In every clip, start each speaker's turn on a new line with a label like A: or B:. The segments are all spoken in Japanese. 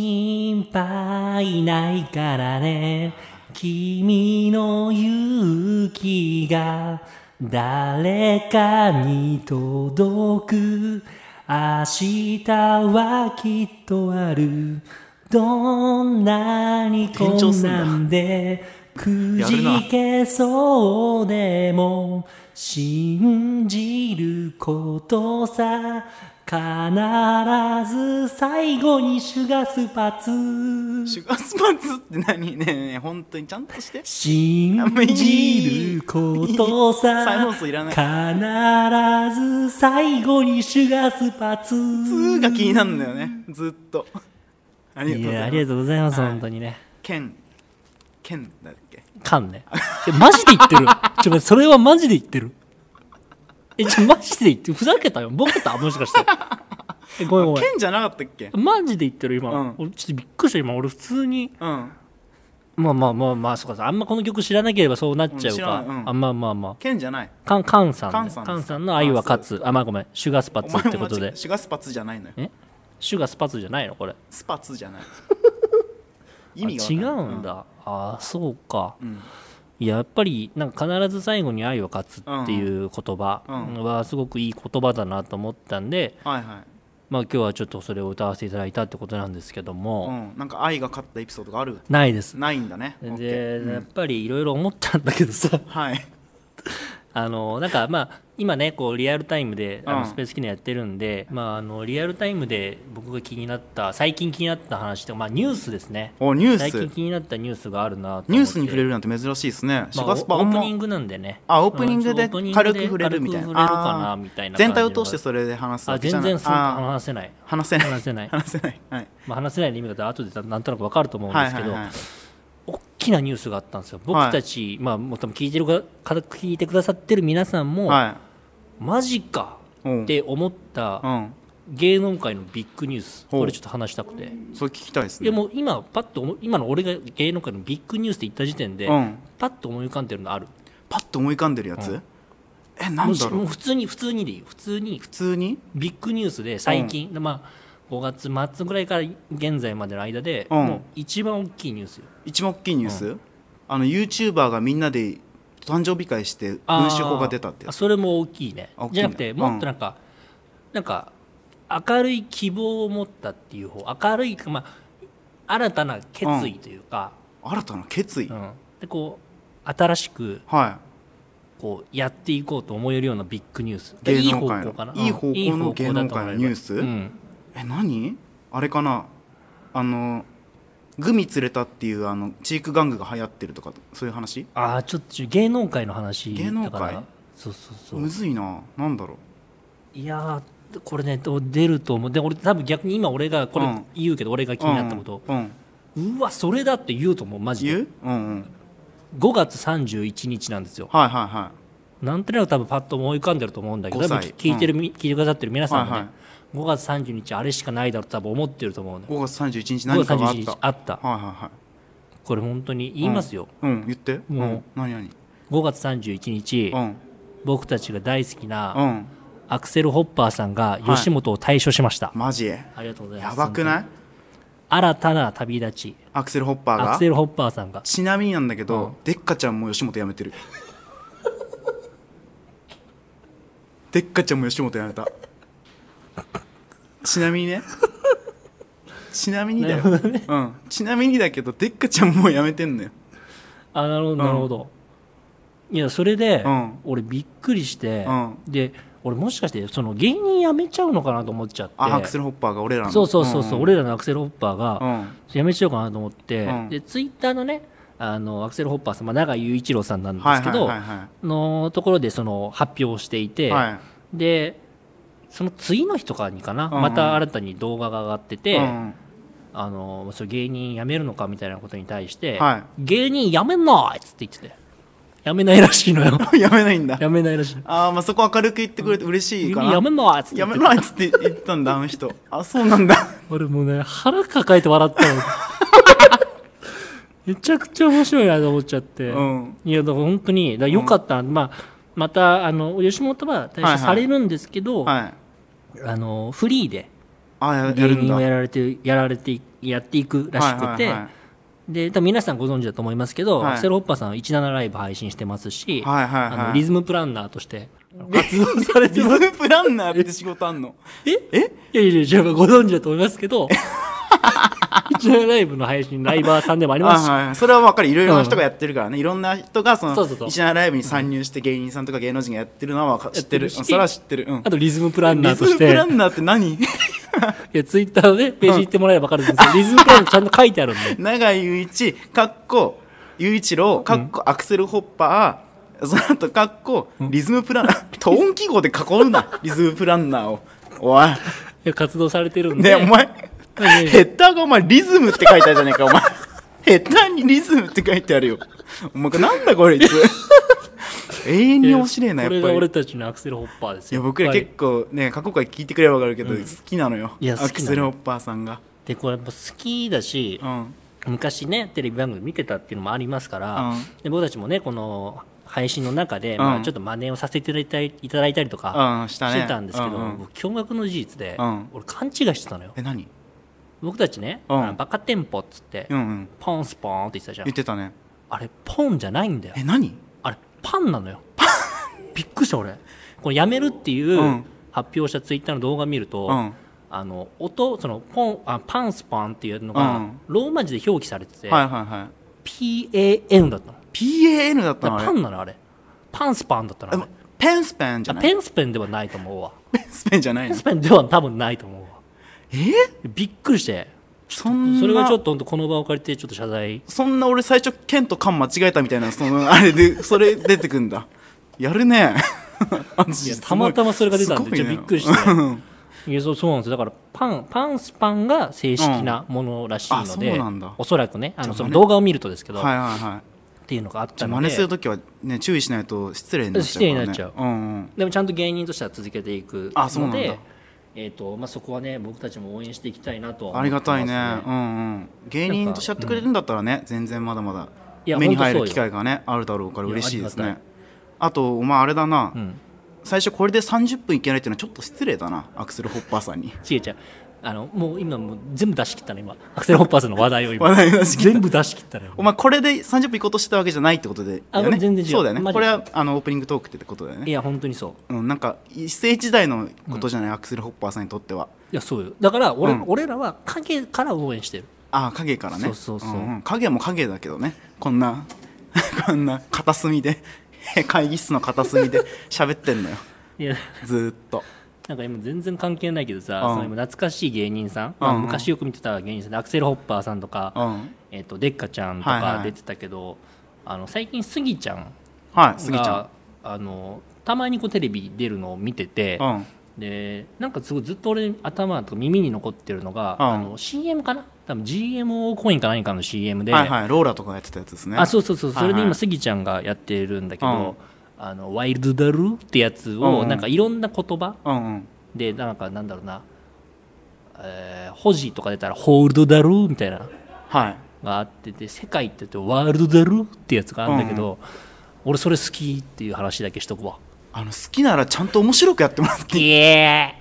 A: 心配ないからね君の勇気が誰かに届く明日はきっとあるどんなに困難でく
B: やるな
A: じけそうでも信じることさ必ず最後にシュガースパツ
B: シュガースパンツって何ねえねえ本当にちゃんとして
A: 信じること
B: 再
A: さ
B: 放送いらない
A: 必ず最後にシュガースパツ
B: 「つ」が気になるんだよねずっとあり
A: い
B: がとうござい
A: や
B: ます
A: ありがとうございます、
B: はい
A: 本当にね
B: ケンケンだっけ
A: かんねえマジで言ってるちょ待ってそれはマジで言ってるえちょマジで言ってるふざけたよボケたもしかしてえごめんごめん
B: ケンじゃなかったっけ
A: マジで言ってる今、
B: うん
A: 俺ちょっとびっくりした今俺普通に
B: うん
A: まあまあまあまあそうかあんまこの曲知らなければそうなっちゃうか、
B: うん知らんうん
A: あまあまあまあ
B: ケンじゃない
A: カンカンさん
B: カン
A: ね
B: さん
A: カンさんの愛は勝つあまあごめんシュガースパ
B: お
A: ッ
B: 前
A: ツ
B: も
A: ってこと
B: 間違
A: で
B: えシュガースパツじゃないのよ
A: えシュガースパッツじゃないのこれ
B: スパツ じゃない
A: あ
B: 意味が
A: 違
B: わか
A: うんだ、ああそうか、
B: ん
A: いややっぱりなんか必ず最後に愛は勝つっていう言葉
B: うん
A: はすごくいい言葉だなと思ったんで、
B: はいはい
A: まあ今日はちょっとそれを歌わせていただいたってことなんですけども、
B: うんなんか愛が勝ったエピソードがある
A: ないです
B: ないんだねオッケ
A: で、
B: ー
A: やっぱりいろいろ思ったんだけど さ
B: はい
A: あのなんかまあ今ねこうリアルタイムであ
B: う
A: の
B: ん
A: スペースキネやってるんで、まああのリアルタイムで僕が気になった最近気になった話とかまあニュースですね
B: おニュ
A: 最近
B: ース
A: 気になったニュースがあるなと思って
B: ニュースに触れるなんて珍しいですねシ
A: まあ、
B: ュガ
A: オ
B: ー
A: ー
B: スパあん
A: プ
B: ま
A: ニングなんでね。
B: あオープニング
A: う
B: で
A: んオープニング
B: 軽く触れるみたい
A: 軽
B: な
A: く触れるか
B: あ
A: な
B: ー
A: みたいな感
B: 全
A: じの
B: 体を通してそれで話す
A: あ
B: わけじゃ
A: 全
B: な
A: 然
B: い
A: そう
B: あ
A: 話せない。
B: ー話せない
A: 話せない
B: 話せないはい
A: まあ、話せないの意味だと後でなんとなくわかると思うん
B: は
A: で
B: い
A: すけ
B: はい
A: ど、
B: はい
A: 大きなニュースがあったんですよ。僕たち、まあ、もう多分聞いてるか方聞いてくださってる皆さんも、
B: は
A: マジか
B: いおう
A: って思った
B: うん
A: 芸能界のビッグニュース、
B: ほう
A: これちょっと話したくて。
B: それ聞きたいです
A: いや
B: ね
A: もう今、パッと思い、今の俺が芸能界のビッグニュースって言った時点で、
B: うん
A: パッと思い浮かんでるのある。
B: パッと思い浮かんでるやつえな
A: も
B: ん
A: し
B: だろ
A: も
B: う
A: う普通に、普通にでいい。普通に、
B: 普通に
A: ビッグニュースで最近、でまあ、5月末ぐらいから現在までの間で、
B: うん
A: もう一番大きいニュースよ
B: 一番大きいニュース、あの YouTuber がみんなで誕生日会して文
A: あー
B: 春法が出たってやつ
A: それも大きいね
B: あ大きいね
A: じゃなくてもっとなんか、なんか明るい希望を持ったっていう方明るい、まあ、新たな決意というか、
B: 新たな決意、
A: うんでこう新しく
B: は
A: こうやっていこうと思えるようなビッグニュース
B: 芸
A: いい
B: 能
A: 方
B: 界の
A: 向かない
B: い方向の
A: いい方向だと
B: 芸能
A: 思えば
B: 界のニュース
A: うん
B: いえ何あれかなあのグミ連れたっていうあのチーク玩具が流行ってるとかそういう話
A: ああちょっと芸能界の話だから
B: 芸能界
A: そうそうそう
B: むずいななんだろう
A: いやーこれねどう出ると思うで俺多分逆に今俺がこれ
B: うん
A: 言うけど、俺が気になったこと、
B: うん、うん、
A: うわそれだって言うと思うマジ
B: 言
A: で
B: ううんうん
A: 5月31日なんですよ
B: はいはいは
A: なんとなく多分パッと思い浮かんでると思うんだけど多
B: 5
A: 分
B: 歳
A: 聞いてる、み聞いてくださってる皆さんもね、
B: はいはい
A: 5月31日あれしかないだろうと多分思ってると思うの
B: い
A: よ
B: 5月31
A: 5
B: 日何
A: 月
B: かがあ
A: 31
B: っ
A: 日
B: た
A: あった
B: はいは
A: これ本当に言いますよ、
B: いはいうん言ってう
A: もうん
B: 何何
A: 5月31日、
B: うん
A: 僕たちが大好きな
B: うん
A: アクセル・ホッパーさんが吉本を退所しました、
B: マジ
A: ありがとうございま
B: や
A: す
B: ばく
A: い
B: ない
A: 新たな旅立ち
B: アクセルホッパー
A: ア
B: が
A: クセル・ホッパーさんが
B: ちなみになんだけど、でっかちゃんも吉本辞めてるでっかちゃんも吉本辞めたちなみにねちなみにだよ、うん、ちなみにだけどでっかちゃんもう辞めてんのよ
A: あなるほどなるほど、いやそれで、
B: うん
A: 俺びっくりして、
B: うん
A: で俺もしかしてその芸人辞めちゃうのかなと思っちゃって
B: あアクセルホッパーが俺らの
A: そうそうそうそう、
B: ん
A: 俺らのアクセル・ホッパー
B: う
A: が
B: ん
A: 辞めちゃうかなと思って、
B: うん
A: でツイッターのねあのアクセル・ホッパーさん、まあ、永井雄一郎さんなんで
B: はい
A: す
B: は
A: け
B: い
A: ど、
B: はいは
A: のところでその発表していて、
B: いはい
A: でその次の日とかにかな、
B: うん
A: また新たに動画が上がってて、
B: うん
A: あのそれ芸人辞めるのかみたいなことに対して、
B: はい
A: 芸人辞めんないっつって言ってて辞めないらしいのよ
B: 辞めないん だ
A: 辞めないらしい
B: あーまあそこ明るく言ってくれて嬉しい
A: 芸
B: か
A: 人
B: な
A: 辞めないっつって
B: や
A: 言っ
B: め
A: て
B: ないっつって言ったんだあの人あそうなんだ
A: 俺もうね腹抱えて笑ったの めちゃくちゃ面白いなと思っちゃって、
B: うん
A: いやだから本当にだからよかった、まあまたあの吉本は退
B: はいは
A: 社
B: い
A: されるんですけど、
B: はい
A: あのフリーで
B: あやや
A: 芸
B: るん
A: 人
B: だ
A: をやられてやられてやっていくらしく
B: はい
A: て
B: はいはい
A: で多分皆さんご存知だと思いますけど、
B: はい
A: アクセルホッパーさんは17ライブ配信してますし、
B: はいはいはい
A: あのリズムプランナーと して活動されて
B: リ
A: ます
B: ズムプランナーって仕事あんの
A: ええいやいやいやご存知だと思いますけ ど17ライブの配信ライバーさんでもありますし
B: あはいはいそれは分かるいろいろな人がやってるからね、いろんな人がその
A: そうそうそう
B: 石原ライブに参入して芸人さんとか芸能人がやってるのはわか知ってる
A: やってるし
B: うんそれは知ってる、うん
A: あ、とリズムプランナ
B: リ
A: ー
B: ズ
A: とし
B: ムプ
A: て、い
B: ランナーって何
A: や、ツイッターのね、ページ行ってもらえばわかるんですけど、リズムプランナーちゃんと書いてあるんで。
B: 永井雄一かっこ雄一郎かっこアクセルホッパーその後かっこリズムプランナートーン記号で囲うなリズムプランナーをおい
A: いや活動されてるん
B: ね
A: で。
B: えお前
A: ね
B: ヘッダーがお前リズムって書いてあるじゃねえかお前ヘッダーにリズムって書いてあるよお前これなんだこれいつ永遠に面白いなやっ
A: これ
B: ぱ
A: が
B: り
A: 俺たちのアクセルホッパーです
B: い
A: よ。
B: や僕ら
A: やっぱり
B: 結構ね過去回聞いてくれば分かるけど、好きなのよ
A: いや好きな
B: ア
A: の
B: クセルホッパーさんが
A: で、これやっぱ好きだし
B: う、ん
A: 昔ね、テレビ番組見てたっていうのもありますから、
B: うん
A: で僕たちもね、この配信の中で、ま
B: う
A: あ
B: ん
A: ちょっと真似をさせていただいたいただいたりと
B: う
A: か
B: んし
A: した
B: ね
A: てたんですけど、
B: うんうん
A: 僕驚愕の事実で、
B: うん
A: 俺勘違いしてたのよ。
B: え何
A: 僕たちね、
B: うん
A: あのバカテンポっつって、
B: うんうん
A: ポンスポーンって言ってたじゃん
B: 言っ。てたね
A: あれ、ポンじゃないんだよ
B: え。何
A: あれ、パンな のよ。びっくりした、俺。これやめるっていう
B: うん
A: 発表したツイッターの動画見ると、
B: うん
A: あの、音、その、ポン、あパンスパンっていうのが、
B: うん
A: ローマ字で表記されてて、
B: はいはいはい
A: PAN だったの。
B: PAN だった
A: だ
B: の
A: からパ
B: あれ
A: ンなの、あれ。パンスパンだったの、あ
B: あ
A: れ
B: まペンスペンじゃ
A: あ
B: ない
A: ペンスペンではないと思うわ。
B: ペンスペンじゃない
A: ペン
B: の
A: スペンでは多分ないと思うわ。
B: え
A: びっくりして、
B: そん な
A: それはちょっと本当この場を借りて、ちょっと謝罪。
B: そんな俺最初剣と勘間違えたみたいなその あれでそれ出てくんだやるね
A: い やたまたまそれが出たんで、ちょっとびっくりして。いやそうそうなんですよだからパンパンスパンが正式なものらしい
B: うんあ
A: の
B: そ
A: で、
B: うなんだ
A: おそらくねあの
B: じゃ
A: そ
B: あ
A: の
B: ね
A: 動画を見るとですけど、
B: はいはいはい
A: っていうのがあっ
B: じ
A: た
B: ゃあ
A: の
B: 真似する
A: で
B: ときはね注意しないと失礼になっちゃうから、
A: 失
B: ね、
A: 礼になっちゃう
B: うんうん
A: でもちゃんと芸人としては続けていく
B: あそうな
A: の
B: んだ
A: でえーとまあ、そこはね僕たちも応援していきたいなとは思
B: あ
A: って
B: り
A: ま
B: が
A: すね
B: たいねうんうん芸人としちゃってくれるんだったらね、全然まだま
A: い
B: だ
A: や
B: 目に入る
A: ほんと
B: 機
A: そう
B: 会がねあるだろうから
A: いや
B: 嬉しいです
A: ありが
B: ね
A: たい
B: あとお前あれだな、
A: ん
B: 最初これで30分いけないっていうのはちょっと失礼だなアクセルホッパーさんに
A: ちげちゃんあのもう今もう全部出し切ったね今アクセルホッパーさんの話題を今
B: 話題出し切った
A: 全部出し切ったね
B: お前これで30分行こうとしてたわけじゃないってことで
A: あ
B: だよね
A: 全然違う
B: そうだよね
A: マジで
B: これはあのオープニングトークってことだよ
A: い
B: ね
A: や本当にそう
B: うん、なんか一世一代のことじゃない、アクセルホッパーさんにとってはい
A: やそうよだから俺,、
B: うん
A: 俺らは影から応援してる
B: ああ影からね
A: そうそうそうん
B: ん影も影だけどねこんな こんな片隅で 会議室の片隅で喋ってんのよ
A: いや
B: ずーっと
A: なんか今全然関係ないけどさ、
B: うん
A: その今懐かしい芸人さん、
B: うんうん
A: まあ昔よく見てた芸人さんでアクセルホッパーさんとか、
B: うん
A: えっとデッカちゃんと
B: はいは
A: か
B: い
A: 出てたけど、あの最近スギちゃんが
B: はいスギちゃ
A: あのたまにこうテレビ出るのを見てて、
B: んうん
A: でなんかすごいずっと俺頭とか耳に残ってるのが、
B: うん
A: あの CM かな多分 GMO コインか何かの CM で、
B: はいはいローラとかやってたやつですね
A: あそうそうそう
B: はい
A: そ
B: はい
A: れで今スギちゃんがやってるんだけど、
B: うん
A: あのワイルドだるってやつ
B: うん
A: を、
B: うん
A: なんかいろんな言葉
B: うんうん
A: でなんかなんだろうな、えーホジーとか出たら「ホールドだる」みたいなの
B: はい
A: があってて「世界」って言って「ワールドだる」ってやつがあるんだけど、俺それ好きっていう話だけしとくわ
B: あの好きならちゃんと面白くやってもらっていい
A: イエ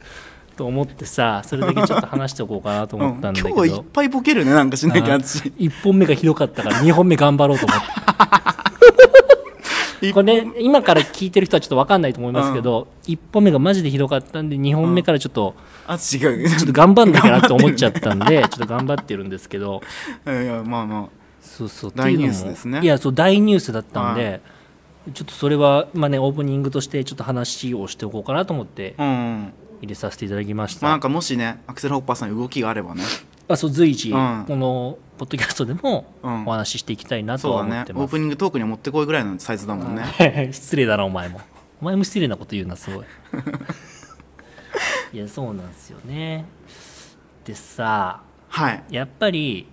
A: ーと思ってさそれだけちょっと話しておこうかなと
B: うん
A: 思ったんだけ
B: 今日
A: ど、
B: はいっぱいボケるねなんかしなきゃ私
A: 1本目がひどかったから2本目頑張ろうと思って
B: 一
A: これ、ね、今から聞いてる人はちょっと分かんないと思いますけど、1本目がマジでひどかったんで2本目からちょっと、
B: あ違 う
A: ちょっと頑張んなきゃなって思っちゃったんで、ちょっと頑張ってるんですけど、
B: いやいやまあま
A: そうそう、
B: 大
A: っていうのも
B: ニュースですね
A: いや、そう、大ニュースだったんで、ちょっとそれは、まあね、オープニングとして、ちょっと話をしておこうかなと思って、
B: あうんうん
A: 入れさせていただきまし
B: まあ
A: た。
B: なんかもしねアクセルホッパーさんに動きがあればね
A: あ、そう、随時、
B: うん
A: この、ポッドキャストでも、
B: うん
A: お話ししていきたいなと
B: そ
A: は
B: うだ
A: 思
B: ね
A: って
B: オー
A: ます。
B: プニングトークに持ってこいぐらいのサイズだもんね
A: 失礼だな、お前も。お前も失礼なこと言うな、 すごい。いや、そうなんですよね。でさ、
B: はい
A: やっぱり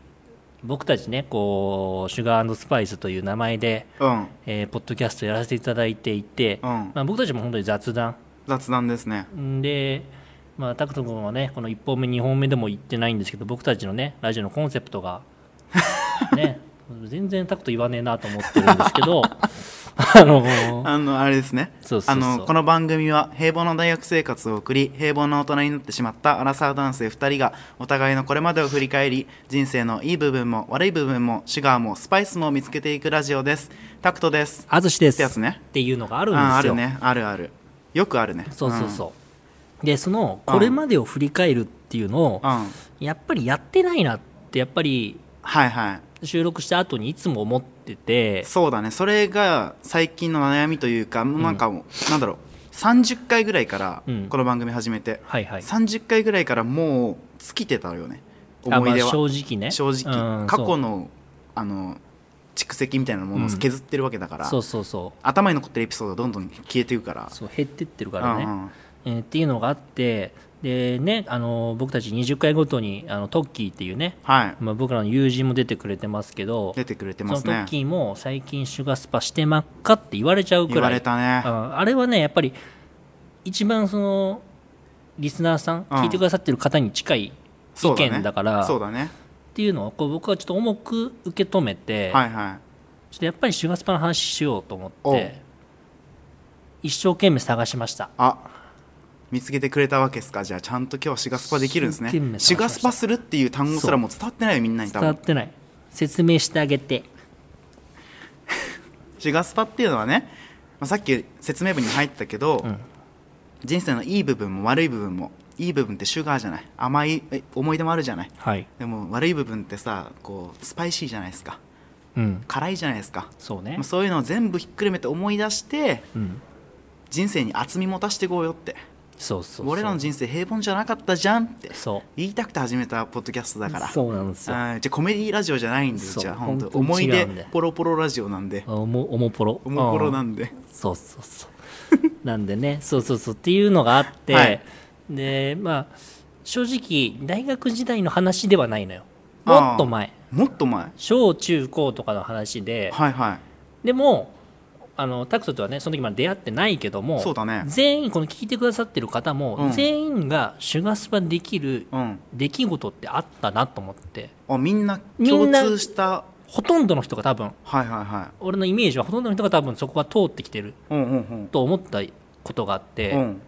A: 僕たちねこうシュガースパイスという名前で、
B: うん
A: えーポッドキャストやらせていただいていて、
B: うん
A: まあ、僕たちも本当に雑談
B: 雑談ですね
A: で、まあ、タクト君はねこの1本目2本目でも言ってないんですけど僕たちのねラジオのコンセプ トがね全然タクト言わねえなと思ってるんですけど ああのー
B: あの、あれですね。
A: そうそうそう
B: あの、この番組は平凡な大学生活を送り、平凡な大人になってしまったアラサー男性2人が、お互いのこれまでを振り返り、人生のいい部分も悪い部分も、シュガーもスパイスも見つけていくラジオです。タクトです。
A: 淳です
B: ってやつね
A: っていうのがあるんですよ
B: ああるね。あるある。よくあるね。
A: そうそうそう、でそのこれまでを振り返るっていうのを
B: うん。うん。
A: やっぱりやってないなってやっぱり
B: はいはい。
A: 収録した後にいつも思ってて
B: そうだね。それが最近の悩みというか、もうなんかもう、なんだろう。30回ぐらいから
A: うん、
B: この番組始めて、
A: はいはい
B: 30回ぐらいからもう尽きてたよね
A: あ
B: 思い出
A: まあ
B: は、
A: 正直ね
B: 正直、
A: うん
B: 過
A: そ
B: 去
A: う
B: のあの蓄積みたいなものを
A: うん
B: 削ってるわけだから、
A: そうそうそ
B: 頭に残ってるエピソードがどんどん消えていくから
A: うそう減ってってるからね、
B: うんうん
A: えーっていうのがあってでねあの僕たち20回ごとにあのトッキーっていうね、
B: はい
A: まあ、僕らの友人も出てくれてますけど
B: 出てくれて
A: そ
B: ま
A: の
B: す
A: トッ
B: ね
A: キーも最近シュガースパしてまっかって言われちゃうくらい
B: 言われたね
A: うんあれはねやっぱり一番そのリスナーさん、
B: うん
A: 聞いてくださってる方に近い意
B: そうだね
A: 見だから
B: そうだね
A: っていうのをこう僕はちょっと重く受け止めて、
B: はいはい
A: ちょっとやっぱりシュガースパの話しようと思っ
B: おう
A: て一生懸命探しました
B: あ見つけてくれたわけですかじゃあちゃんと今日はシュガスパできるんですね
A: 一生懸命探しました
B: シュガスパするっていう単語すらもう伝わってないよみんなに多
A: 伝わ
B: 分
A: ってない説明してあげて
B: シュガスパっていうのはね、まあ、さっき説明文に入ったけど、
A: ん
B: 人生のいい部分も悪い部分もいい部分ってシュガーじゃない甘いえ思い出もあるじゃない
A: はい
B: でも悪い部分ってさこうスパイシーじゃないですか
A: うん
B: 辛いじゃないですか、
A: そうね
B: まあ、そういうのを全部ひっくるめて思い出して
A: うん
B: 人生に厚み持たしていこうよって
A: そうそうそう
B: 俺らの人生平凡じゃなかったじゃんって
A: そう
B: 言いたくて始めたポッドキャストだから
A: そうなんですよ
B: はいじゃあコメディラジオじゃないんで
A: そう
B: じゃあ本当
A: 本当
B: 思
A: に
B: い
A: 違
B: 出
A: うんで
B: ポロポロラジオなんで
A: おもおもぽろ
B: おもポロ
A: う
B: なんんで
A: そうそうそう なんでねそうそうそうっていうのがあって、
B: はい
A: でまあ正直大学時代の話ではないのよ
B: あー
A: もっと前
B: もっと前
A: 小中高とかの話で
B: はいはい
A: でもあのタクトとはねその時まで出会ってないけども
B: そうだね
A: 全員この聞いてくださってる方も、
B: うん
A: 全員がシュガスパできる
B: うん
A: 出来事ってあったなと思って
B: あみんな
A: みん
B: 共
A: な
B: 通した
A: ほとんどの人が多分
B: はいはいは
A: 俺のイメージはほとんどの人が多分そこは通ってきてる
B: いうんうん
A: と思ったことがあって、
B: うんうん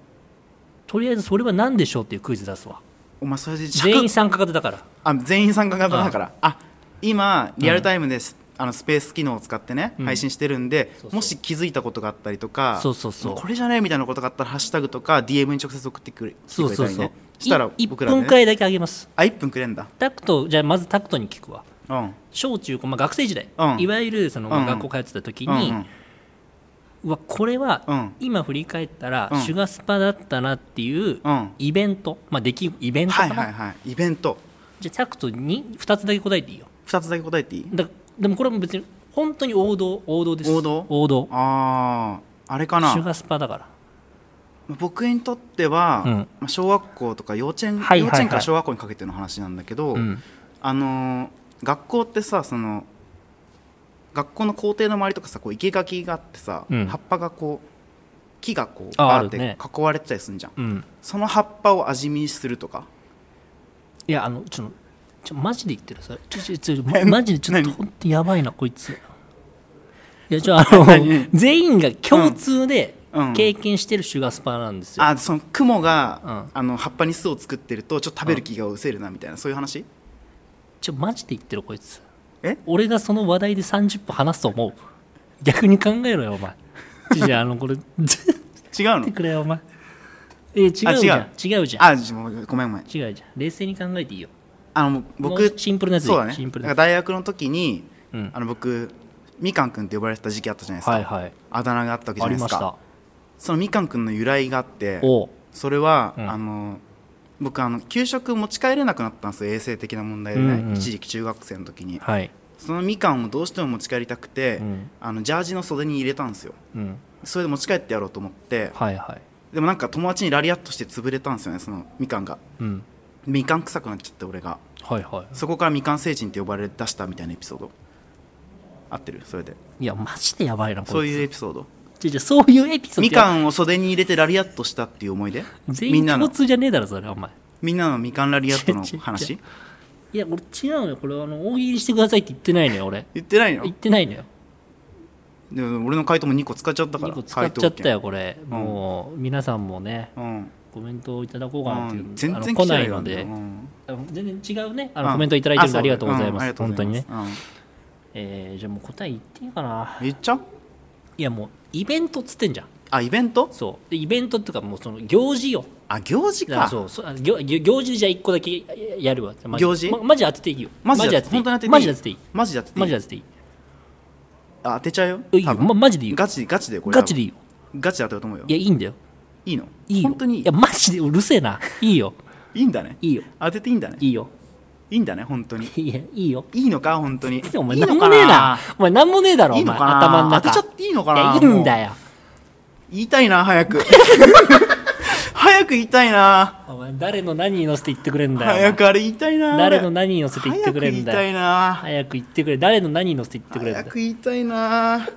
A: とりあえずそれは何でしょうっていうクイズ出すわ
B: お前それで尺
A: 全員参加型だから
B: あ全員参加型だからあ今リアルタイムです、あのスペース機能を使ってね、
A: うん
B: 配信してるんで
A: そうそう
B: もし気づいたことがあったりとか
A: そうそうそう
B: これじゃねえみたいなことがあったらハッシュタグとか DM に直接送ってくれ
A: そうそう
B: 来て
A: そ
B: くれた
A: う
B: りねしたら
A: い
B: 僕らね
A: 1分回だけあげます
B: あ1分くれんだ
A: タクトじゃあまずタクトに聞くわ
B: うん
A: 小中高、まあ、学生時代、
B: うん
A: いわゆるその、
B: うんうん
A: 学校通ってた時
B: うんう
A: に、うんわこれは、
B: うん
A: 今振り返ったら、
B: うん
A: シュガスパだったなっていう、
B: うん
A: イベントまあできイベントか
B: はい
A: な、
B: はいはいイベント
A: じゃあタクトに2つだけ答えていいよ
B: 2つだけ答えていい
A: だでもこれも別に本当に王道王道です
B: 王道
A: 王道
B: あああれかな
A: シュガスパだから
B: 僕にとっては、
A: うん
B: まあ、小学校とか幼稚
A: はい
B: 園、
A: はいはい
B: 幼稚園から小学校にかけての話なんだけど、
A: うん
B: あのー学校ってさその学校の校庭の周りとかさこう生垣があってさ、
A: うん
B: 葉っぱがこう木がこう
A: あ
B: バーっ
A: あるね
B: て囲われてたりするじゃん、
A: うん
B: その葉っぱを味見するとか
A: いやあのちょっとちょマジで言ってるそれちょちょちょ、ま、マジでちょっと
B: 何
A: 本当やばいなこいついやちょあの
B: 何
A: 全員が共通で
B: うんうん
A: 経験してるシュガースパなんですよ、
B: あその雲が、
A: うん
B: あの葉っぱに巣を作ってるとちょっと食べる気がうせるなみたいなそういう話
A: ちょマジで言ってるこいつ
B: え
A: 俺がその話題で30分話すと思う逆に考えろよお前ちょじゃああのこ れ出
B: 違うの
A: てくれよお前え違うじゃん
B: あ
A: 違うじゃん
B: あじゃあもうごめんごめ
A: 違
B: ん
A: うじゃん冷静に考えていいよ
B: あのもう
A: も
B: 僕
A: うシンプルなやつでいい
B: そうだね
A: シンプル
B: だ
A: な
B: から
A: や
B: 大学の時に、
A: うん
B: あの僕みかんくんって呼ばれてた時期あったじゃないで
A: つ
B: すか、
A: はいはい
B: あだ名があったわけじ
A: あ
B: ゃな
A: り
B: いで
A: ますし
B: か
A: た
B: そのみかんくんの由来があって
A: おう
B: それは、
A: うん
B: あの僕あの給食持ち帰れなくなったんですよ衛生的な問題でね、
A: うんうん
B: 一時期中学生の時に
A: はい
B: そのみかんをどうしても持ち帰りたくて、
A: うん
B: あのジャージの袖に入れたんですよ
A: うん
B: それで持ち帰ってやろうと思って
A: はいはい
B: でもなんか友達にラリアットして潰れたんですよねそのみかんが
A: うん
B: みかん臭くなっちゃって俺が
A: はいはい
B: そこからみかん星人って呼ばれ出したみたいなエピソード合ってるそれで
A: いや、マジでやばいな、こ
B: そう
A: れ。
B: いうエピソード
A: じゃじゃそういうエピソード。
B: みかんを袖に入れてラリアットしたっていう思い出
A: 全
B: みん
A: 員
B: な
A: 共
B: の
A: 通じゃねえだろ、それ、お前。
B: みんなのみかんラリアットの
A: ちょちょちょ
B: 話
A: いや、俺違うのよ。これ、あの、大喜利してくださいって言ってないのよ、俺。
B: 言ってないの
A: 言ってないのよ。
B: で俺の回答も2個使っちゃったから
A: 2個使っちゃったよこれ、
B: ん
A: もう皆さんもね
B: 回答権
A: コメントをいただこうかなって
B: う
A: い
B: ん、
A: う、
B: うん、全
A: あ
B: 然
A: 来
B: 来
A: な
B: ないい
A: の
B: んだよ
A: で
B: う、ん
A: あの全然違うねあ
B: う
A: の
B: ん
A: コメントいただいてるんでありがとうございま
B: あ
A: す、
B: そう
A: 本当にね、
B: うんありがとうございます
A: えーじゃあもう答え言っていいかな
B: うん言っちゃう
A: いやもうイベントっつってんじゃん
B: あイベント
A: そうでイベントっていうかもうその行事よ
B: あ行事
A: だから
B: か
A: そうそうあ行行行事でじゃあ1個だけやるわマジで
B: 行事
A: ま、マジで当てていいよ
B: マジ
A: 当て
B: で
A: ていい
B: 本当に当てていい
A: マジで当てていい
B: マジでやってていい
A: マジで当てていい
B: あ当てちゃうよ
A: いいよ、
B: 多分
A: ま、マジでいいよ
B: ガチガチだよこれ
A: ガチでいいよ
B: ガチで当てると思うよ
A: いやいいんだよ
B: いいの
A: いいよ
B: 本当にい
A: いやマジでうるせえないいよ
B: いんだね
A: いいよ
B: 当てていいんだね
A: いいよ
B: いいんだね本当に
A: いやいいよ
B: いいのか本当に
A: お前
B: いい
A: なん
B: の
A: も
B: か
A: ねえなお前なんもねえだろ
B: いい
A: お
B: の
A: 前
B: かな
A: 頭の中
B: 当てちゃっていいのかない
A: やいいんだよ
B: 言いたいな早 く早く言いたいな
A: お前誰の何に乗せて言ってくれんだよお前
B: 早くあれ言いたいな
A: 誰の何に乗せて言ってくれんだよ
B: 早く言いたいな
A: 早く言ってくれ誰の何に乗せて言ってくれんだ
B: 早
A: よ
B: く言いたいな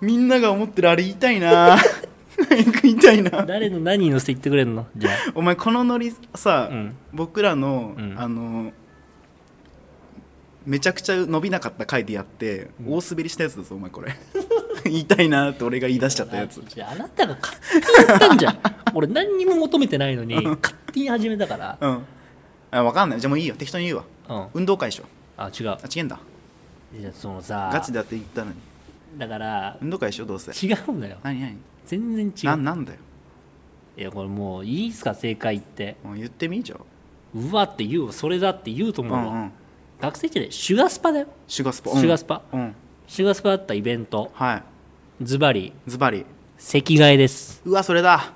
B: みんなが思ってるあれ言いたいな 早く言いたいな
A: 誰の何に乗せて言ってくれんのじゃあ
B: お前このノリさ、
A: うん
B: 僕らの、
A: うん
B: あのめちゃくちゃ伸びなかった回でやって、大滑りしたやつだぞお前これ 言いたいなって俺が言い出しちゃったやつ
A: じゃああなたが勝手にやったんじゃん 俺何にも求めてないのに勝手に始めたから
B: うんあ分かんないじゃあもういいよ適当に言うわ
A: うん
B: 運動会でしょ
A: あ違う
B: あ違えんだ
A: いやそのさ
B: ガチだって言ったのに
A: だから
B: 運動会でしょどうせ
A: 違うんだよ
B: 何何
A: 全然違
B: な
A: う
B: なんだよ
A: いやこれもういいっすか正解って
B: もう言ってみじゃあ
A: うわって言うわそれだって言うと思
B: う
A: うわ、
B: んうん
A: 学生時代シュガスパだよ
B: シュガスパ
A: シュガスパ
B: うん、うん、
A: シュガスパだったイベント
B: はい
A: ズバリ
B: ズバリ
A: 席替えです
B: うわそれだ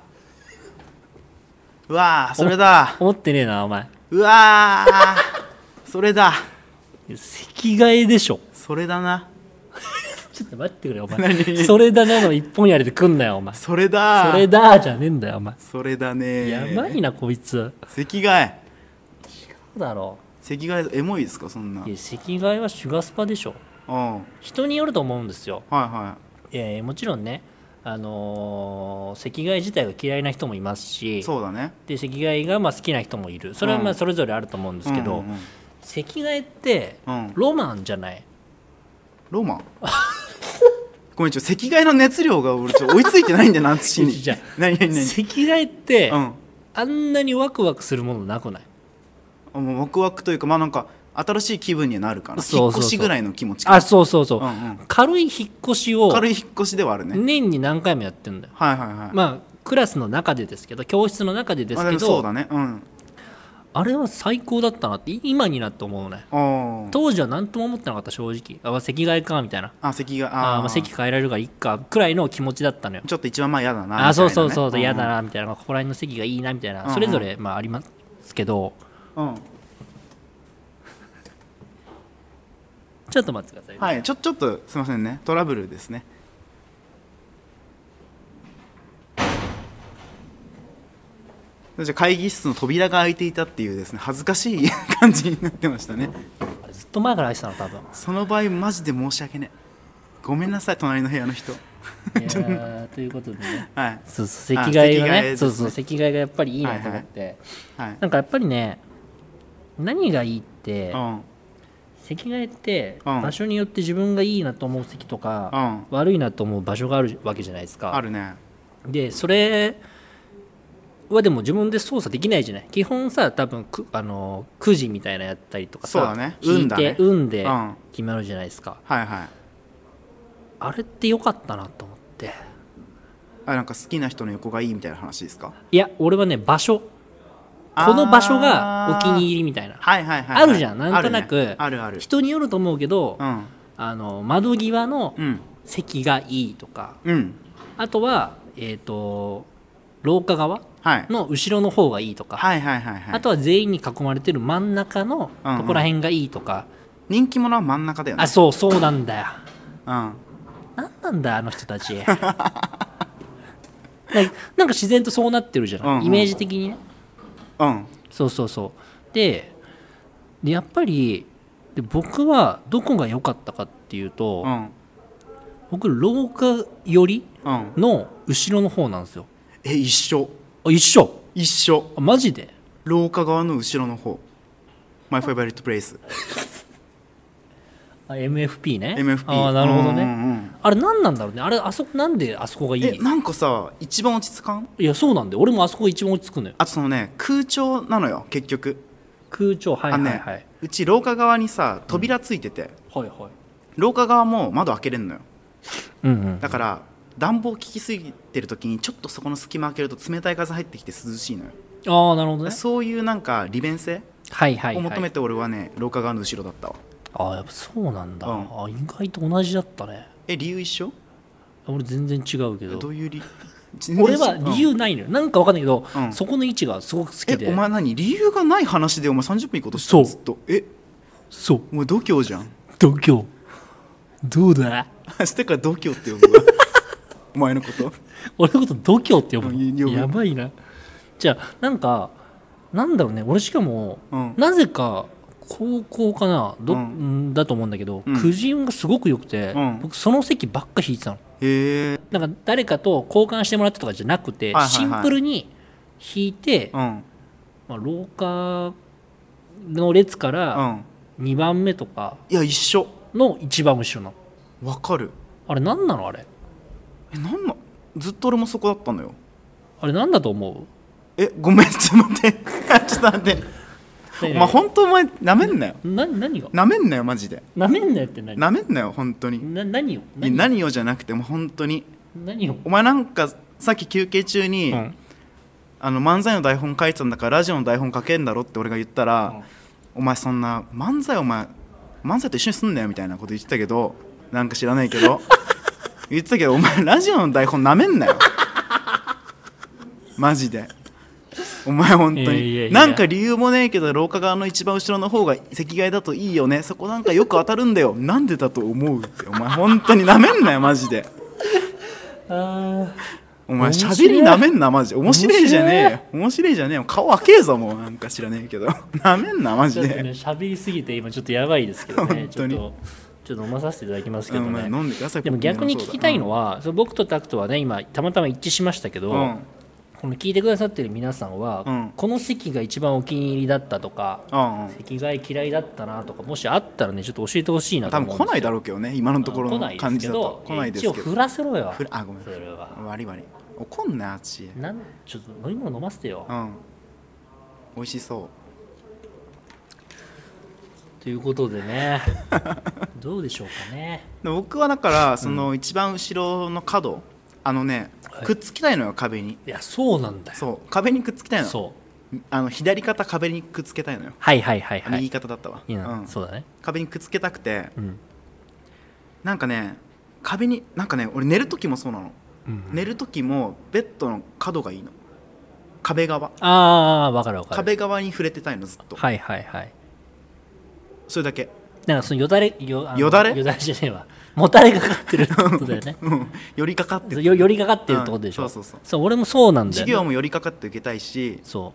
B: うわーそれだ
A: 思ってねえなお前
B: うわーそれだ
A: 席替えでしょ
B: それだな
A: ちょっと待ってくれよお 前それだなの一本やりで来んなよお前そ
B: それだ
A: れだじゃねえんだよお前
B: それだね
A: やばいなこいつど
B: 席替え
A: うだろ
B: 席替えエモいですかそんなう
A: うんいや席替えはシュガスパでしょ
B: はい
A: 人によると思うんですよ、
B: は
A: えーもちろんねあのー席替え自体が嫌いな人もいます
B: い
A: し
B: そうだね
A: で席替えがまあ好きな人もいるそれはまあ
B: うん
A: それぞれあると思うんですけど、
B: うんうんうん
A: 席替えって
B: うん
A: ロマンじゃない、
B: ロマンごめんちょ席替えの熱量が俺ちょ追いついてないんだよな私 に
A: じゃあ
B: 何何何
A: 席替えって、
B: うん
A: あんなにワクワクするものなくない
B: あもうワクワクというかまあなんか新しい気分にはなるかな
A: そうそうそう
B: 引っ越しぐらいの気持ちか
A: あそうそうそう、
B: うんうん
A: 軽い引っ越しを
B: 軽い引っ越しではあるね、
A: 年に何回もやってんだよ、
B: はいはいはい、まあ、
A: まあクラスの中でですけど教室の中でです
B: で
A: け
B: もそう
A: ど
B: だねうん
A: あれは最高だったなって今になって思うね
B: おー
A: 当時は何とも思ってなかった正直あまあ席替えかみたいな
B: あ席が
A: あ
B: あ
A: ーまあ席変えられるからいっかくらいの気持ちだったのよ
B: ちょっと一番前嫌だなみたいな、ね、
A: あそうそうそうそう嫌だ
B: な、
A: なみたいなここら辺の席がいいなみたいな、
B: うんうん
A: それぞれまあありますけど
B: うん、
A: ちょっと待ってください、
B: はいちょちょっとすいませんねトラブルですねじゃあ会議室の扉が開いていたっていうですね恥ずかしい 感じになってましたね
A: あれずっと前から愛してたの多 分
B: その場合マジで申し訳ねえごめんなさい隣の部屋の人
A: いやーということでね
B: はい
A: そうそう席替えが
B: あ席替
A: ね
B: えですね
A: そうそう席替えがやっぱりいいなと思って、
B: はい
A: なんかやっぱりね何がいいって、
B: うん
A: 席替えって
B: うん
A: 場所によって自分がいいなと思う席とか、悪いなと思う場所があるわけじゃないですか
B: あるね
A: でそれはでも自分で操作できないじゃない基本さ多分くあのくじみたいなやったりとかさ
B: そうだね
A: 引
B: 運
A: い
B: だ
A: て、
B: ね
A: 運で
B: うん
A: 決まるじゃないですか、
B: はいはい
A: あれって良かったなと思って
B: あなんか好きな人の横がいいみたいな話ですか
A: いや俺はね場所
B: あー
A: この場所がお気に入りみたいな
B: はいはいはい、はい、
A: あるじゃんなんとなく、
B: ある,、ね、あるある
A: 人によると思うけど、
B: うん
A: あの窓際の
B: うん
A: 席がいいとか、
B: うん
A: あとは、えー、と廊下側
B: はい
A: の後ろの方がいいとか、
B: はいはいはいはい
A: あとは全員に囲まれてる真ん中の
B: うんうん
A: とこら辺がいいとか、
B: 人気者は真ん中だよね
A: あそうそうなんだよ
B: うん
A: なんなんだよあの人た ちなんかなんか自然とそうなってるじゃない、
B: うんうん
A: イメージ的にね
B: うん
A: そうそうそうででやっぱりで僕はどこが良かったかっていうと、
B: うん
A: 僕廊下寄り
B: うん
A: の後ろの方なんですよ
B: え一緒
A: あ一緒
B: 一緒
A: あマジで
B: 廊下側の後ろの方 My favorite place
A: あ MFP ね
B: MFP
A: ああなるほどね、
B: うんうん
A: あれ何なんだろうねあれあそこなんであそこがい
B: え
A: い
B: なんかさ一番落ち着かん
A: いやそうなんで俺もあそこが一番落ち着くのよ
B: あとそのね空調なのよ結局
A: 空調はいは
B: あ
A: い
B: の
A: はい、
B: ね、うち廊下側にさ扉ついてて、
A: はいはい
B: 廊下側も窓開けれんのよ
A: うんうん
B: だから暖房効きすぎてる時にちょっとそこの隙間開けると冷たい風入ってきて涼しいのよ、
A: ああなるほどね
B: そういうなんか利便性
A: はいはい
B: を
A: は
B: 求
A: い
B: めて俺はね廊下側の後ろだったわ
A: ああやっぱそうなんだ、
B: うん
A: ああ意外と同じだったね
B: え理由一緒
A: 俺全然違うけど
B: どういう理 由
A: 俺は理由ないのよ、なんかわかんないけど、
B: うん
A: そこの位置がすごく好き
B: え
A: で
B: お前何理由がない話でお前30分いこうとして
A: そう
B: ずっとえ
A: そう
B: お前度胸じゃん
A: 東京どうだ
B: 明日から度胸って呼ぶわ お前のこと
A: 俺のこと度胸って呼ぶ
B: うん呼
A: の
B: ぶ
A: やばいなじゃあなんかなんだろうね俺しかも、
B: うん
A: なぜか高校かなど、
B: うん
A: んだと思うんだけど、
B: ん
A: くじ運がすごく良くて、
B: うん
A: 僕その席ばっか引いてたの
B: へえ
A: なんか誰かと交換してもらったとかじゃなくて、
B: はいはいはい
A: シンプルに引いて、
B: うん
A: まあ、廊下の列か
B: う
A: ら
B: ん
A: 2番目とか
B: いや一緒
A: の一番後ろなの
B: わかる
A: あれ何なのあれ
B: えなんのずっと俺もそこだったのよ
A: あれ何だと 思
B: えごめんちょっと待って ちょっと待って
A: う
B: お前本当お前なめんなよ
A: な何が
B: なめんなよマジで
A: なめんなよって何
B: なめんなよ本当に
A: な何を
B: いや
A: 何
B: 何よじゃなくてもう本当に
A: 何を
B: お前なんかさっき休憩中に、
A: うん
B: あの漫才の台本書いてたんだからラジオの台本書けんだろって俺が言ったら、お前そんな漫才お前漫才と一緒にすんなよみたいなこと言ってたけどなんか知らないけ ど言ってたけどお前ラジオの台本なめんなよマジでお前本当に
A: いやいやいや
B: なんか理由もねえけど廊下側の一番後ろの方が席替えだといいよねそこなんかよく当たるんだよなんでだと思うってお前本当になめんなよマジで
A: あ
B: お前
A: 面白い
B: 喋りなめんなマジ面白いじゃねえよ面白いじゃねえよ顔開けえぞもうなんか知らね えけどなめんなマ
A: ち
B: ジ
A: ょっと
B: で、
A: ね喋りすぎて今ちょっとやばいですけどね
B: 本当に
A: ちょっとちょっと飲まさせていただきます
B: う
A: けど
B: んまあ
A: ね、
B: 飲んでください
A: でも逆に聞きたいのは、その僕とタクトはね今たまたま一致しましたけど、
B: うん、うん
A: この聞いてくださってる皆さんは、
B: うん
A: この席が一番お気に入りだったとか
B: うんうん
A: 席替え嫌いだったなとかもしあったらねちょっと教えてほしいなと
B: 多
A: 思うん
B: 分来ないだ
A: ろ
B: ろうけどね今のところの感じだと
A: 来
B: 来
A: な
B: ないい
A: で
B: ですす
A: けど一応
B: けど
A: 振らせろよ
B: ふらあごめん
A: それは
B: 割り割り怒んなよあっち
A: なんちょっと飲み物飲ませてよ、
B: うん美味しそ
A: ということで ねどうでしょうかね
B: うで僕はだからその一番後ろの角あのね
A: い
B: くっつきたいのよ壁に
A: いやそうなんだよ
B: そう壁にくっつきたいの
A: そう
B: あの左肩壁にくっつけたいのよ
A: はいはいはいはい
B: 右肩だったわ
A: いいな
B: うん
A: そうだね
B: 壁にくっつけたくて
A: うん
B: なんかね壁になんかね俺寝る時もそうなの、
A: うん
B: 寝る時もベッドの角がいいの壁側
A: ああ分かる分かる
B: 壁側に触れてたいのずっと
A: はいはいはい
B: それだけ
A: なんかそのよだれよあの
B: よだれ
A: よだれじゃねえわもたれがかかってるってこと だよね
B: うん寄りかかって
A: よよりかかってるってことでしょ、
B: うんそうそうそう
A: 俺もそうなんだよ
B: 授
A: ね、
B: 業も寄りかかって受けたいし
A: そ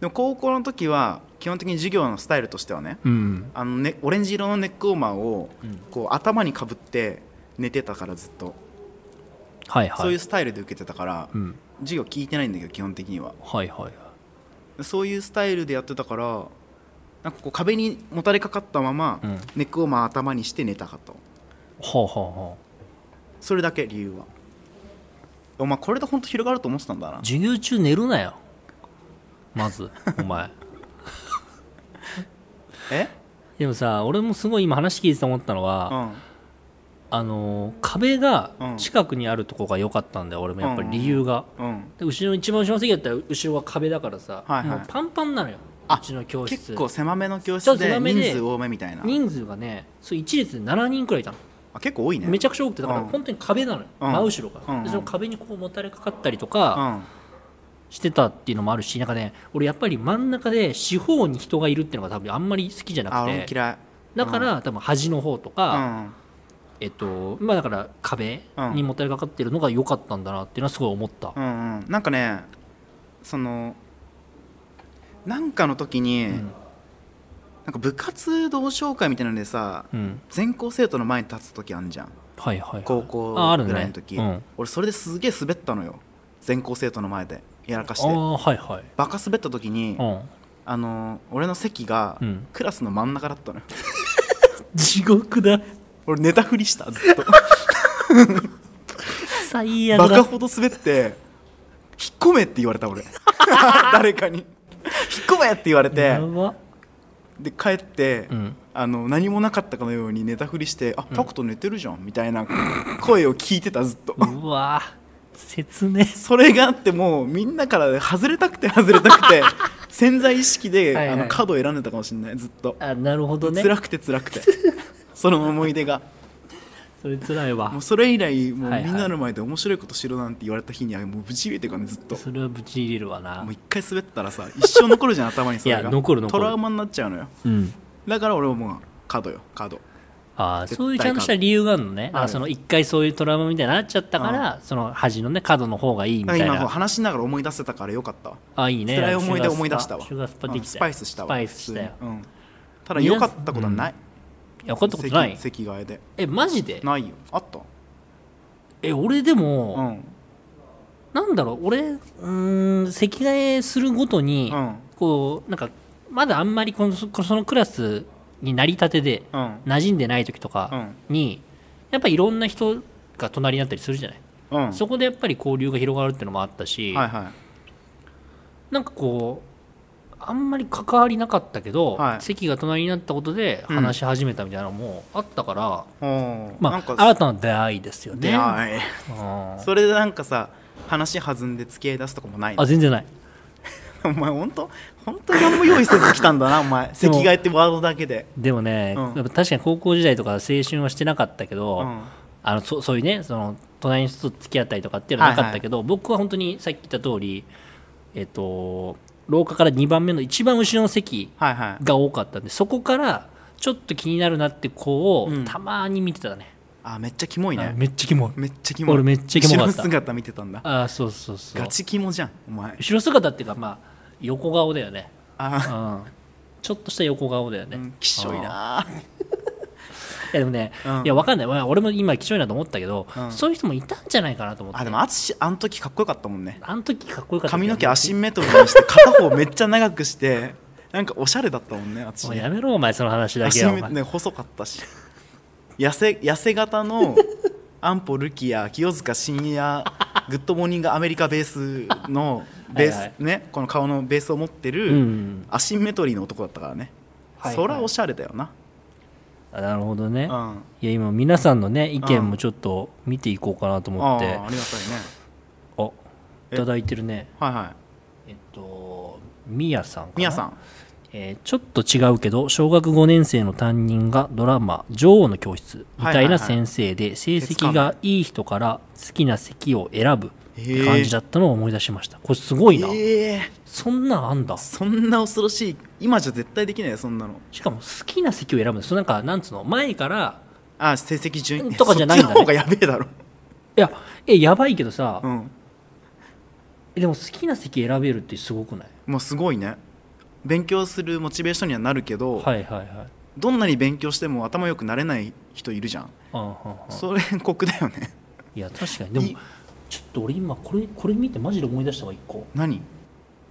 B: でも高校の時は基本的に授業のスタイルとしてはね
A: ううん
B: あのねオレンジ色のネックウォーマーを
A: うん
B: こう頭にかぶって寝てたからずっと
A: はいはい
B: そういうスタイルで受けてたから
A: うん
B: 授業聞いてないんだけど基本的には
A: はいはい
B: そういうスタイルでやってたからなんかこう壁にもたれかかったまま、
A: うん
B: ネックウォーマー頭にして寝たかと
A: ほうほうほう
B: それだけ理由はお前これで本当広がると思ってたんだな
A: 授業中寝るなよまず お前
B: え
A: でもさ俺もすごい今話聞いてて思ったのは、
B: うん
A: あのー壁が
B: うん
A: 近くにあるとこが良かったんだよ俺もやっぱり理由が、
B: うん
A: で後ろの一番後ろの席だったら後ろは壁だからさ、
B: はいはい
A: もうパンパンなのよう
B: あ
A: ちの教室
B: 結構狭めの教
A: そう
B: 室
A: 狭
B: で
A: めで
B: 人数多めみたいな
A: 人数がねそう一列で7人くらいいたの
B: あ結構多いね
A: めちゃくちゃ多くてだから
B: うん
A: 本当に壁なのよ、
B: うん
A: 真後ろが、
B: うん
A: でその壁にこうもたれかかったりと
B: う
A: か
B: ん
A: してたっていうのもあるしなんかね俺やっぱり真ん中で四方に人がいるっていうのが多分あんまり好きじゃな
B: あ
A: く
B: 俺も
A: て
B: 嫌い
A: だから多分端の方と
B: う
A: か、
B: ん
A: えっとまあだから壁
B: うん
A: にもたれかかってるのが良かったんだなっていうのはすごい思った、
B: うんうんなんかねそのなんかの時に、
A: ん
B: なんか部活動紹介みたいなのでさ
A: うん、
B: 全校生徒の前に立つ時あんじゃん
A: はいはい、はい、
B: 高校
A: ああるね
B: ぐらいの時、
A: うん
B: 俺それですげえ滑ったのよ全校生徒の前でやらかし
A: あ
B: て
A: あはいはい
B: バカ滑った時に、
A: うん
B: あのー俺の席が
A: うん
B: クラスの真ん中だったのよ、
A: 地獄だ
B: 俺ネタふりしたず っと
A: 最悪
B: バカ
A: だ
B: ほど滑って引っ込めって言われた俺 誰かに引っ込めって言われて
A: やば
B: で帰って、
A: ん
B: あの何もなかったかのように寝たふりして「あタクト寝てるじゃん」みたいな声を聞いてたずっ と、
A: うわ説明
B: それがあってもうみんなから外れたくて 外れたくて潜在意識で
A: はいはい
B: あの角を選んでたかもしれないずっと、
A: あなるほどね
B: 辛くて 辛くてその思い出が
A: それ辛いわ
B: もうそれ以来もう
A: はいはい
B: みんなの前で面白いことしろなんて言われた日にはもうぶち入れてるからねずっと
A: それはぶち入れるわな
B: もう一回滑ったらさ一生残るじゃん頭にそれが
A: いや残る残る
B: トラウマになっちゃうのよ
A: うん
B: だから俺はもう角よ角
A: ああ
B: 絶対
A: そういうちゃんとした理由があるのねだからその一回そういうトラウマみたいになっちゃったからその端のね角の方がいいみ
B: な
A: た
B: ん
A: い
B: か今こう
A: な
B: 話しながら思い出せたからよかったわ
A: あいいね
B: 辛い思い出思い出したわ
A: シュガースパシュガースパできたよ
B: うんスパイスした
A: ス
B: わ
A: パイスしたよ
B: 普通にうんただ良かったことはない
A: いや分かったことない
B: 席席替えで
A: えマジで
B: ないよあった
A: え俺で
B: う
A: も
B: ん
A: なんだろう俺うーん席替えするごとに
B: うん
A: こうなんかまだあんまりこのそそのクラスになりたてで
B: うん
A: 馴染んでない時とかにやっぱいろんな人が隣になったりするじゃない
B: うんはい
A: そこでやっぱり交流が広がるっていうのもあったし、
B: は
A: なんかこうあんまり関わりなかったけど、
B: はい
A: 席が隣になったことで話し始めたみたいなのもあったから、
B: いうん
A: ま
B: なん
A: あ
B: か
A: 新たな出会いですよね
B: 出会い
A: うん
B: それでなんかさ話弾んで付き合い出すとかもないの
A: あ全然ない
B: お前本当本当に何も用意せず来たんだ なお前
A: で
B: 席
A: も
B: 替えってワードだけで
A: でもね、
B: うん
A: やっぱ確かに高校時代とか青春はしてなかったけど、
B: うん
A: あのそそういうねその隣の人と付き合ったりとかっていうのはなかったけど、僕は本当にさっき言った通りえっと廊下から2番目の一番後ろの席
B: はいはい
A: が多かったんでそこからちょっと気になるなって子を
B: うん
A: たまに見てたね、
B: あめっちゃキモい
A: あ
B: ね
A: めっちゃキモい
B: めっちゃキモい
A: 俺めっちゃキモかった
B: 後ろ姿見てたんだ
A: ああそうそうそう
B: ガチキモじゃんお前
A: 後ろ姿っていうかまあ横顔だよね、う
B: あ
A: ん、ちょっとした横顔だよね、
B: ー
A: い
B: きしょいな
A: やでもね、
B: うん
A: いやわかんないまあ俺も今貴重いなと思ったけど、
B: うん
A: そういう人もいたんじゃないかなと思って
B: あでも淳あの時かっこよかったもんね
A: あの時かっこよかったけ
B: 髪
A: ど
B: の毛アシンメトリーにして片方めっちゃ長くしてなんかおしゃれだったもんね淳
A: もうやめろお前その話だけ
B: 足
A: はお
B: め
A: 前
B: ね細かったし痩せ痩せ型の安保ルキア清塚信也グッドモーニングアメリカベースのベー ス
A: はいはい
B: ねこの顔のベースを持って
A: う
B: る
A: ん
B: アシンメトリーの男だったからね、
A: はいはい
B: そりゃおしゃれだよな、
A: あなるほどね、
B: うん、あ
A: いや今皆さんのね意見もちょっと見ていこうかなと思
B: あ
A: っ
B: あり
A: て
B: がたいね
A: あいただいてるね
B: はいはい
A: えっとみやさんかな
B: みやさん
A: えーちょっと違うけど小学5年生の担任がドラマ「女王の教室」みたいな先生で成績がいい人から好きな席を選ぶって感じだったのを思い出しましたこれすごいな
B: ええ
A: そんなんあんだ
B: そんな恐ろしい今じゃ絶対できないよそんなの
A: しかも好きな席を選ぶんですそのなんかなんつうの前から
B: ああ成績順位
A: とかじゃないんだね
B: そっちの方がやべえだろ
A: いやえやばいけどさ、
B: うん
A: でも好きな席選べるってすごくない
B: もうすごいね勉強するモチベーションにはなるけど、
A: はいはいはい
B: どんなに勉強しても頭良くなれない人いるじゃん、
A: あんはんはん
B: それ酷だ よね
A: いや確かにでも
B: い
A: ちょっと俺今これこれ見てマジで思い出したわ一個
B: 何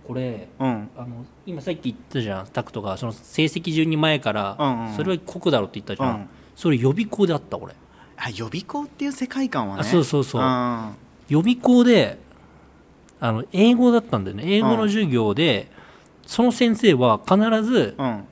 A: これ
B: うん
A: あの今さっき言ったじゃんタクトがその成績順に前から、
B: うんうん
A: それは酷だろって言ったじゃん、
B: うん
A: それ予備校であった俺
B: あ予備校っていう世界観はね
A: あそうそうそう
B: あ
A: 予備校であの英語だったんだよね英語の授業で、その先生は必ず、
B: ーうん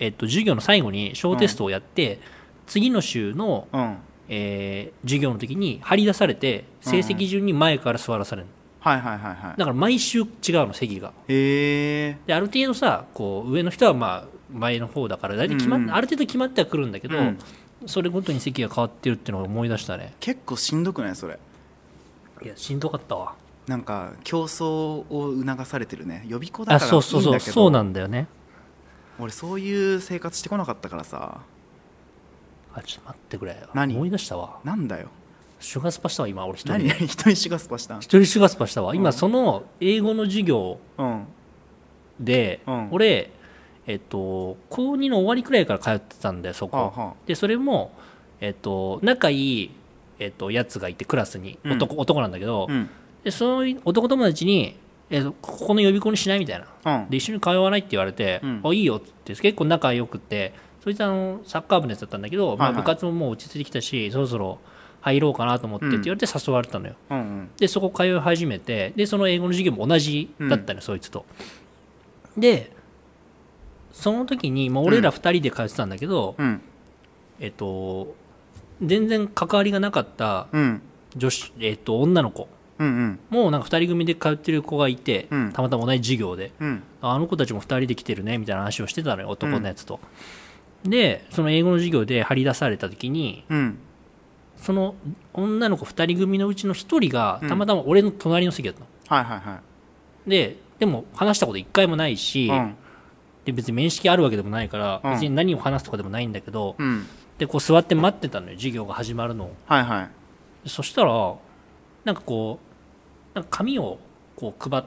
A: えっと、授業の最後に小テストをやって、次の週の、
B: うん
A: えー授業の時に張り出されて成績順に前から座らされるの、
B: はいはいはいはい
A: だから毎週違うの席が
B: へえ
A: である程度さこう上の人はまあ前の方だから大体決まっ、
B: うんうん
A: ある程度決まってはくるんだけど、
B: うん
A: それごとに席が変わってるっていうのを思い出したね
B: 結構しんどくないそれ
A: いやしんどかったわ
B: なんか競争を促されてるね予備校だ
A: あ
B: からいいんだけど
A: そうそうそうそうなんだよね
B: 俺そういう生活してこなかったからさ
A: あちょっと待ってくれ
B: 何
A: 思い出したわ
B: なんだよ
A: シュガースパしたわ今俺一人
B: 何何 人シュガスパしたん
A: 一人シュガースパしたわ今その英語の授業
B: うん
A: で、
B: うん
A: 俺えっと高2の終わりくらいから通ってたんだよそこ、
B: はあはあ
A: でそれもえっと仲いいえっとやつがいてクラスに
B: うん
A: 男,、男なんだけど、
B: うん
A: でその男友達に、えーここの予備校にしないみたいな
B: うん
A: で一緒に通わないって言われて、
B: うん
A: あいいよって言って結構仲良くてそいつあのサッカー部のやつだったんだけど、
B: はい
A: まあ、
B: はい
A: 部活ももう落ち着いてきたしそろそろ入ろうかなと思ってって言われて誘われたのよ、
B: うんうん
A: でそこ通い始めてでその英語の授業も同じだったの、そいつとでその時に、まあ、俺ら2人で通ってたんだけど、
B: うん
A: えっと全然関わりがなかった
B: うん
A: 女子、えっと、女の子
B: うんうん
A: もうなんか2人組で通ってる子がいて、
B: うん
A: たまたま同じ授業で
B: うん
A: ああの子たちも2人で来てるねみたいな話をしてたのよ男のやつと、でその英語の授業で張り出された時に
B: うん
A: その女の子2人組のうちの1人が
B: うん
A: たまたま俺の隣の席だったの、
B: はいはいは
A: ででも話したこと1回もないし、
B: いうん
A: で別に面識あるわけでもないから、
B: うん
A: 別に何を話すとかでもないんだけど、
B: うん
A: でこう座って待ってたのよ授業が始まるのを
B: はいはい
A: でそしたらなんかこうなんか紙をこう配っ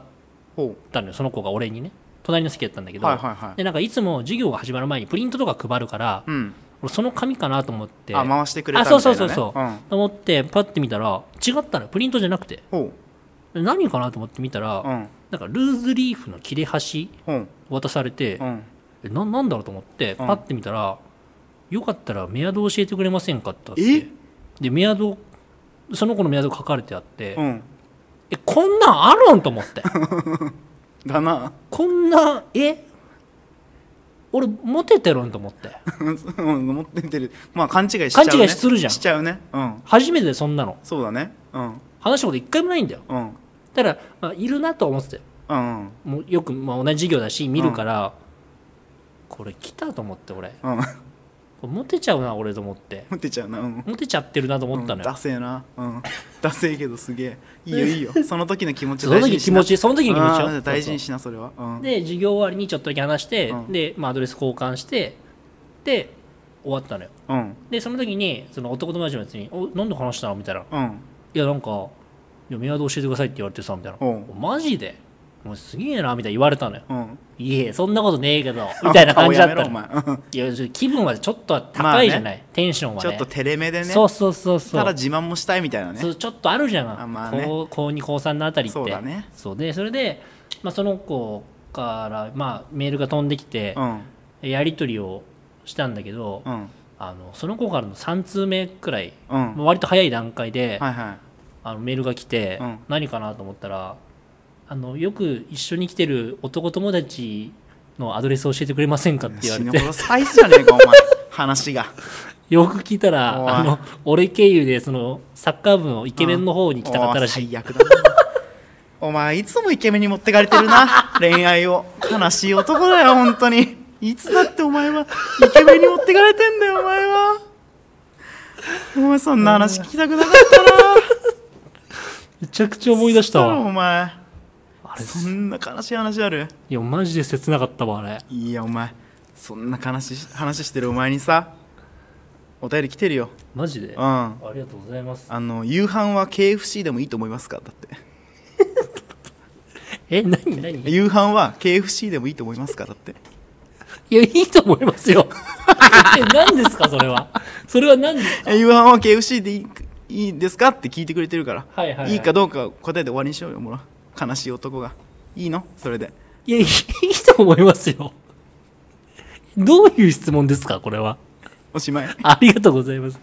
B: ほ
A: たのよその子が俺にね隣の席だったんだけ
B: う
A: ど、
B: はいはいはい
A: でなんかいつも授業が始まる前にプリントとか配るから、
B: うん
A: 俺その紙かなと思って
B: あ回してく
A: あ
B: れたみたいな
A: そう
B: ね
A: そうそうそう、
B: うん
A: と思ってパッて見たら違ったのよプリントじゃなくて
B: ほ
A: で何かなと思って見たら、
B: ううん
A: なんかルーズリーフの切れ端
B: ほう
A: 渡されて、
B: うん
A: えななんだろうと思って
B: う
A: パ
B: ん
A: ッて見たら、よかったらメアド教えてくれませんかってあって
B: え
A: でメアドその子のメアド書かれてあって、
B: うん
A: えこんなんあるんと思って
B: だな
A: こんなえ俺モテてるんと思って
B: うん持ってってるまあ勘違いしちゃうね
A: 勘違いするじゃん
B: しちゃうねうん
A: 初めてでそんなの
B: そうだねうん
A: 話したこと一回もないんだよ
B: うん
A: ただ、まあ、いるなとは思ってたよ
B: うん うん
A: もうよく、まあ、同じ授業だし見るから、これ来たと思って俺こ
B: うん
A: れモテちゃうな俺と思って
B: 持ってっちゃうなうん
A: モテちゃってるなと思ったのよ、
B: ダセえなうんダセえけどすげえいいよい いよその時の気持ち
A: その
B: 大事
A: 時
B: に
A: 気
B: しな
A: 持ちその時の気持ち
B: う
A: よ
B: ん大事にしなそれはうん
A: で授業終わりにちょっとだけ話して、
B: うん
A: で、まあ、アドレス交換してで終わったのよ
B: うん
A: でその時にその男友達のやつに「おなんで話したの?」みたいな「
B: うん
A: いやなんかいやメアド教えてください」って言われてさみたいな「
B: うん
A: おマジでお前すげえな」みたいな言われたのよ
B: うん
A: 「いえそんなことねえ けど」みたいな感じだっ
B: 顔やめろ
A: たの
B: お前うん
A: いやちょっと気分はちょっとは高いじゃない、
B: ま
A: テンションは
B: ちょ
A: ね
B: っと照れ目でね
A: そうそうそうそう
B: ただ自慢もしたいみたいなね
A: そうちょっとあるじゃん、
B: あまあね
A: 高高2高3のあたりって
B: そうだね
A: そうでそれで、まあ、その子から、まあ、メールが飛んできて
B: う、ん
A: やり取りをしたんだけど、
B: うん
A: あのその子からの3通目くらい、
B: うん
A: まあ割と早い段階で、
B: はいは
A: あのメールが来て、
B: うん
A: 何かなと思ったらあのよく一緒に来てる男友達のアドレス教えてくれませんかって
B: い
A: 言わ
B: 死
A: れ
B: ぬ
A: て
B: ほどスパイスじゃねえかお前話が
A: よく聞いた
B: おい
A: らあの俺経由でそのサッカー部のイケメンの方に来たかったらしい
B: おい最悪だなお前いつもイケメンに持ってかれてる な恋愛を悲しい男だよ本当にいつだってお前はイケメンに持ってかれてんだよお前はお前そんな話聞きたくなかったな
A: めちゃくち ゃ思い出した
B: そうだろ
A: わ
B: お前
A: あれ
B: そんな悲しい話ある
A: いやマジで切なかったわあれ
B: いやお前そんな悲しい話してるお前にさお便り来てるよ
A: マジで
B: うんあ
A: ありがとうございます
B: の夕飯は KFC でもいいと思いますかだって
A: え何何い
B: 夕飯は KFC でもいいと思いますかだって
A: やいいと思います よえ何ですかそれはそれは何ですか
B: え夕飯は KFC でいいいいですかって聞いてくれてるから、
A: はいはいはい
B: かどうか答えて終わりにしようよもら悲しい男がいいのそれで
A: いやいいと思いますよどういう質問ですかこれは
B: おしまい
A: ありがとうございます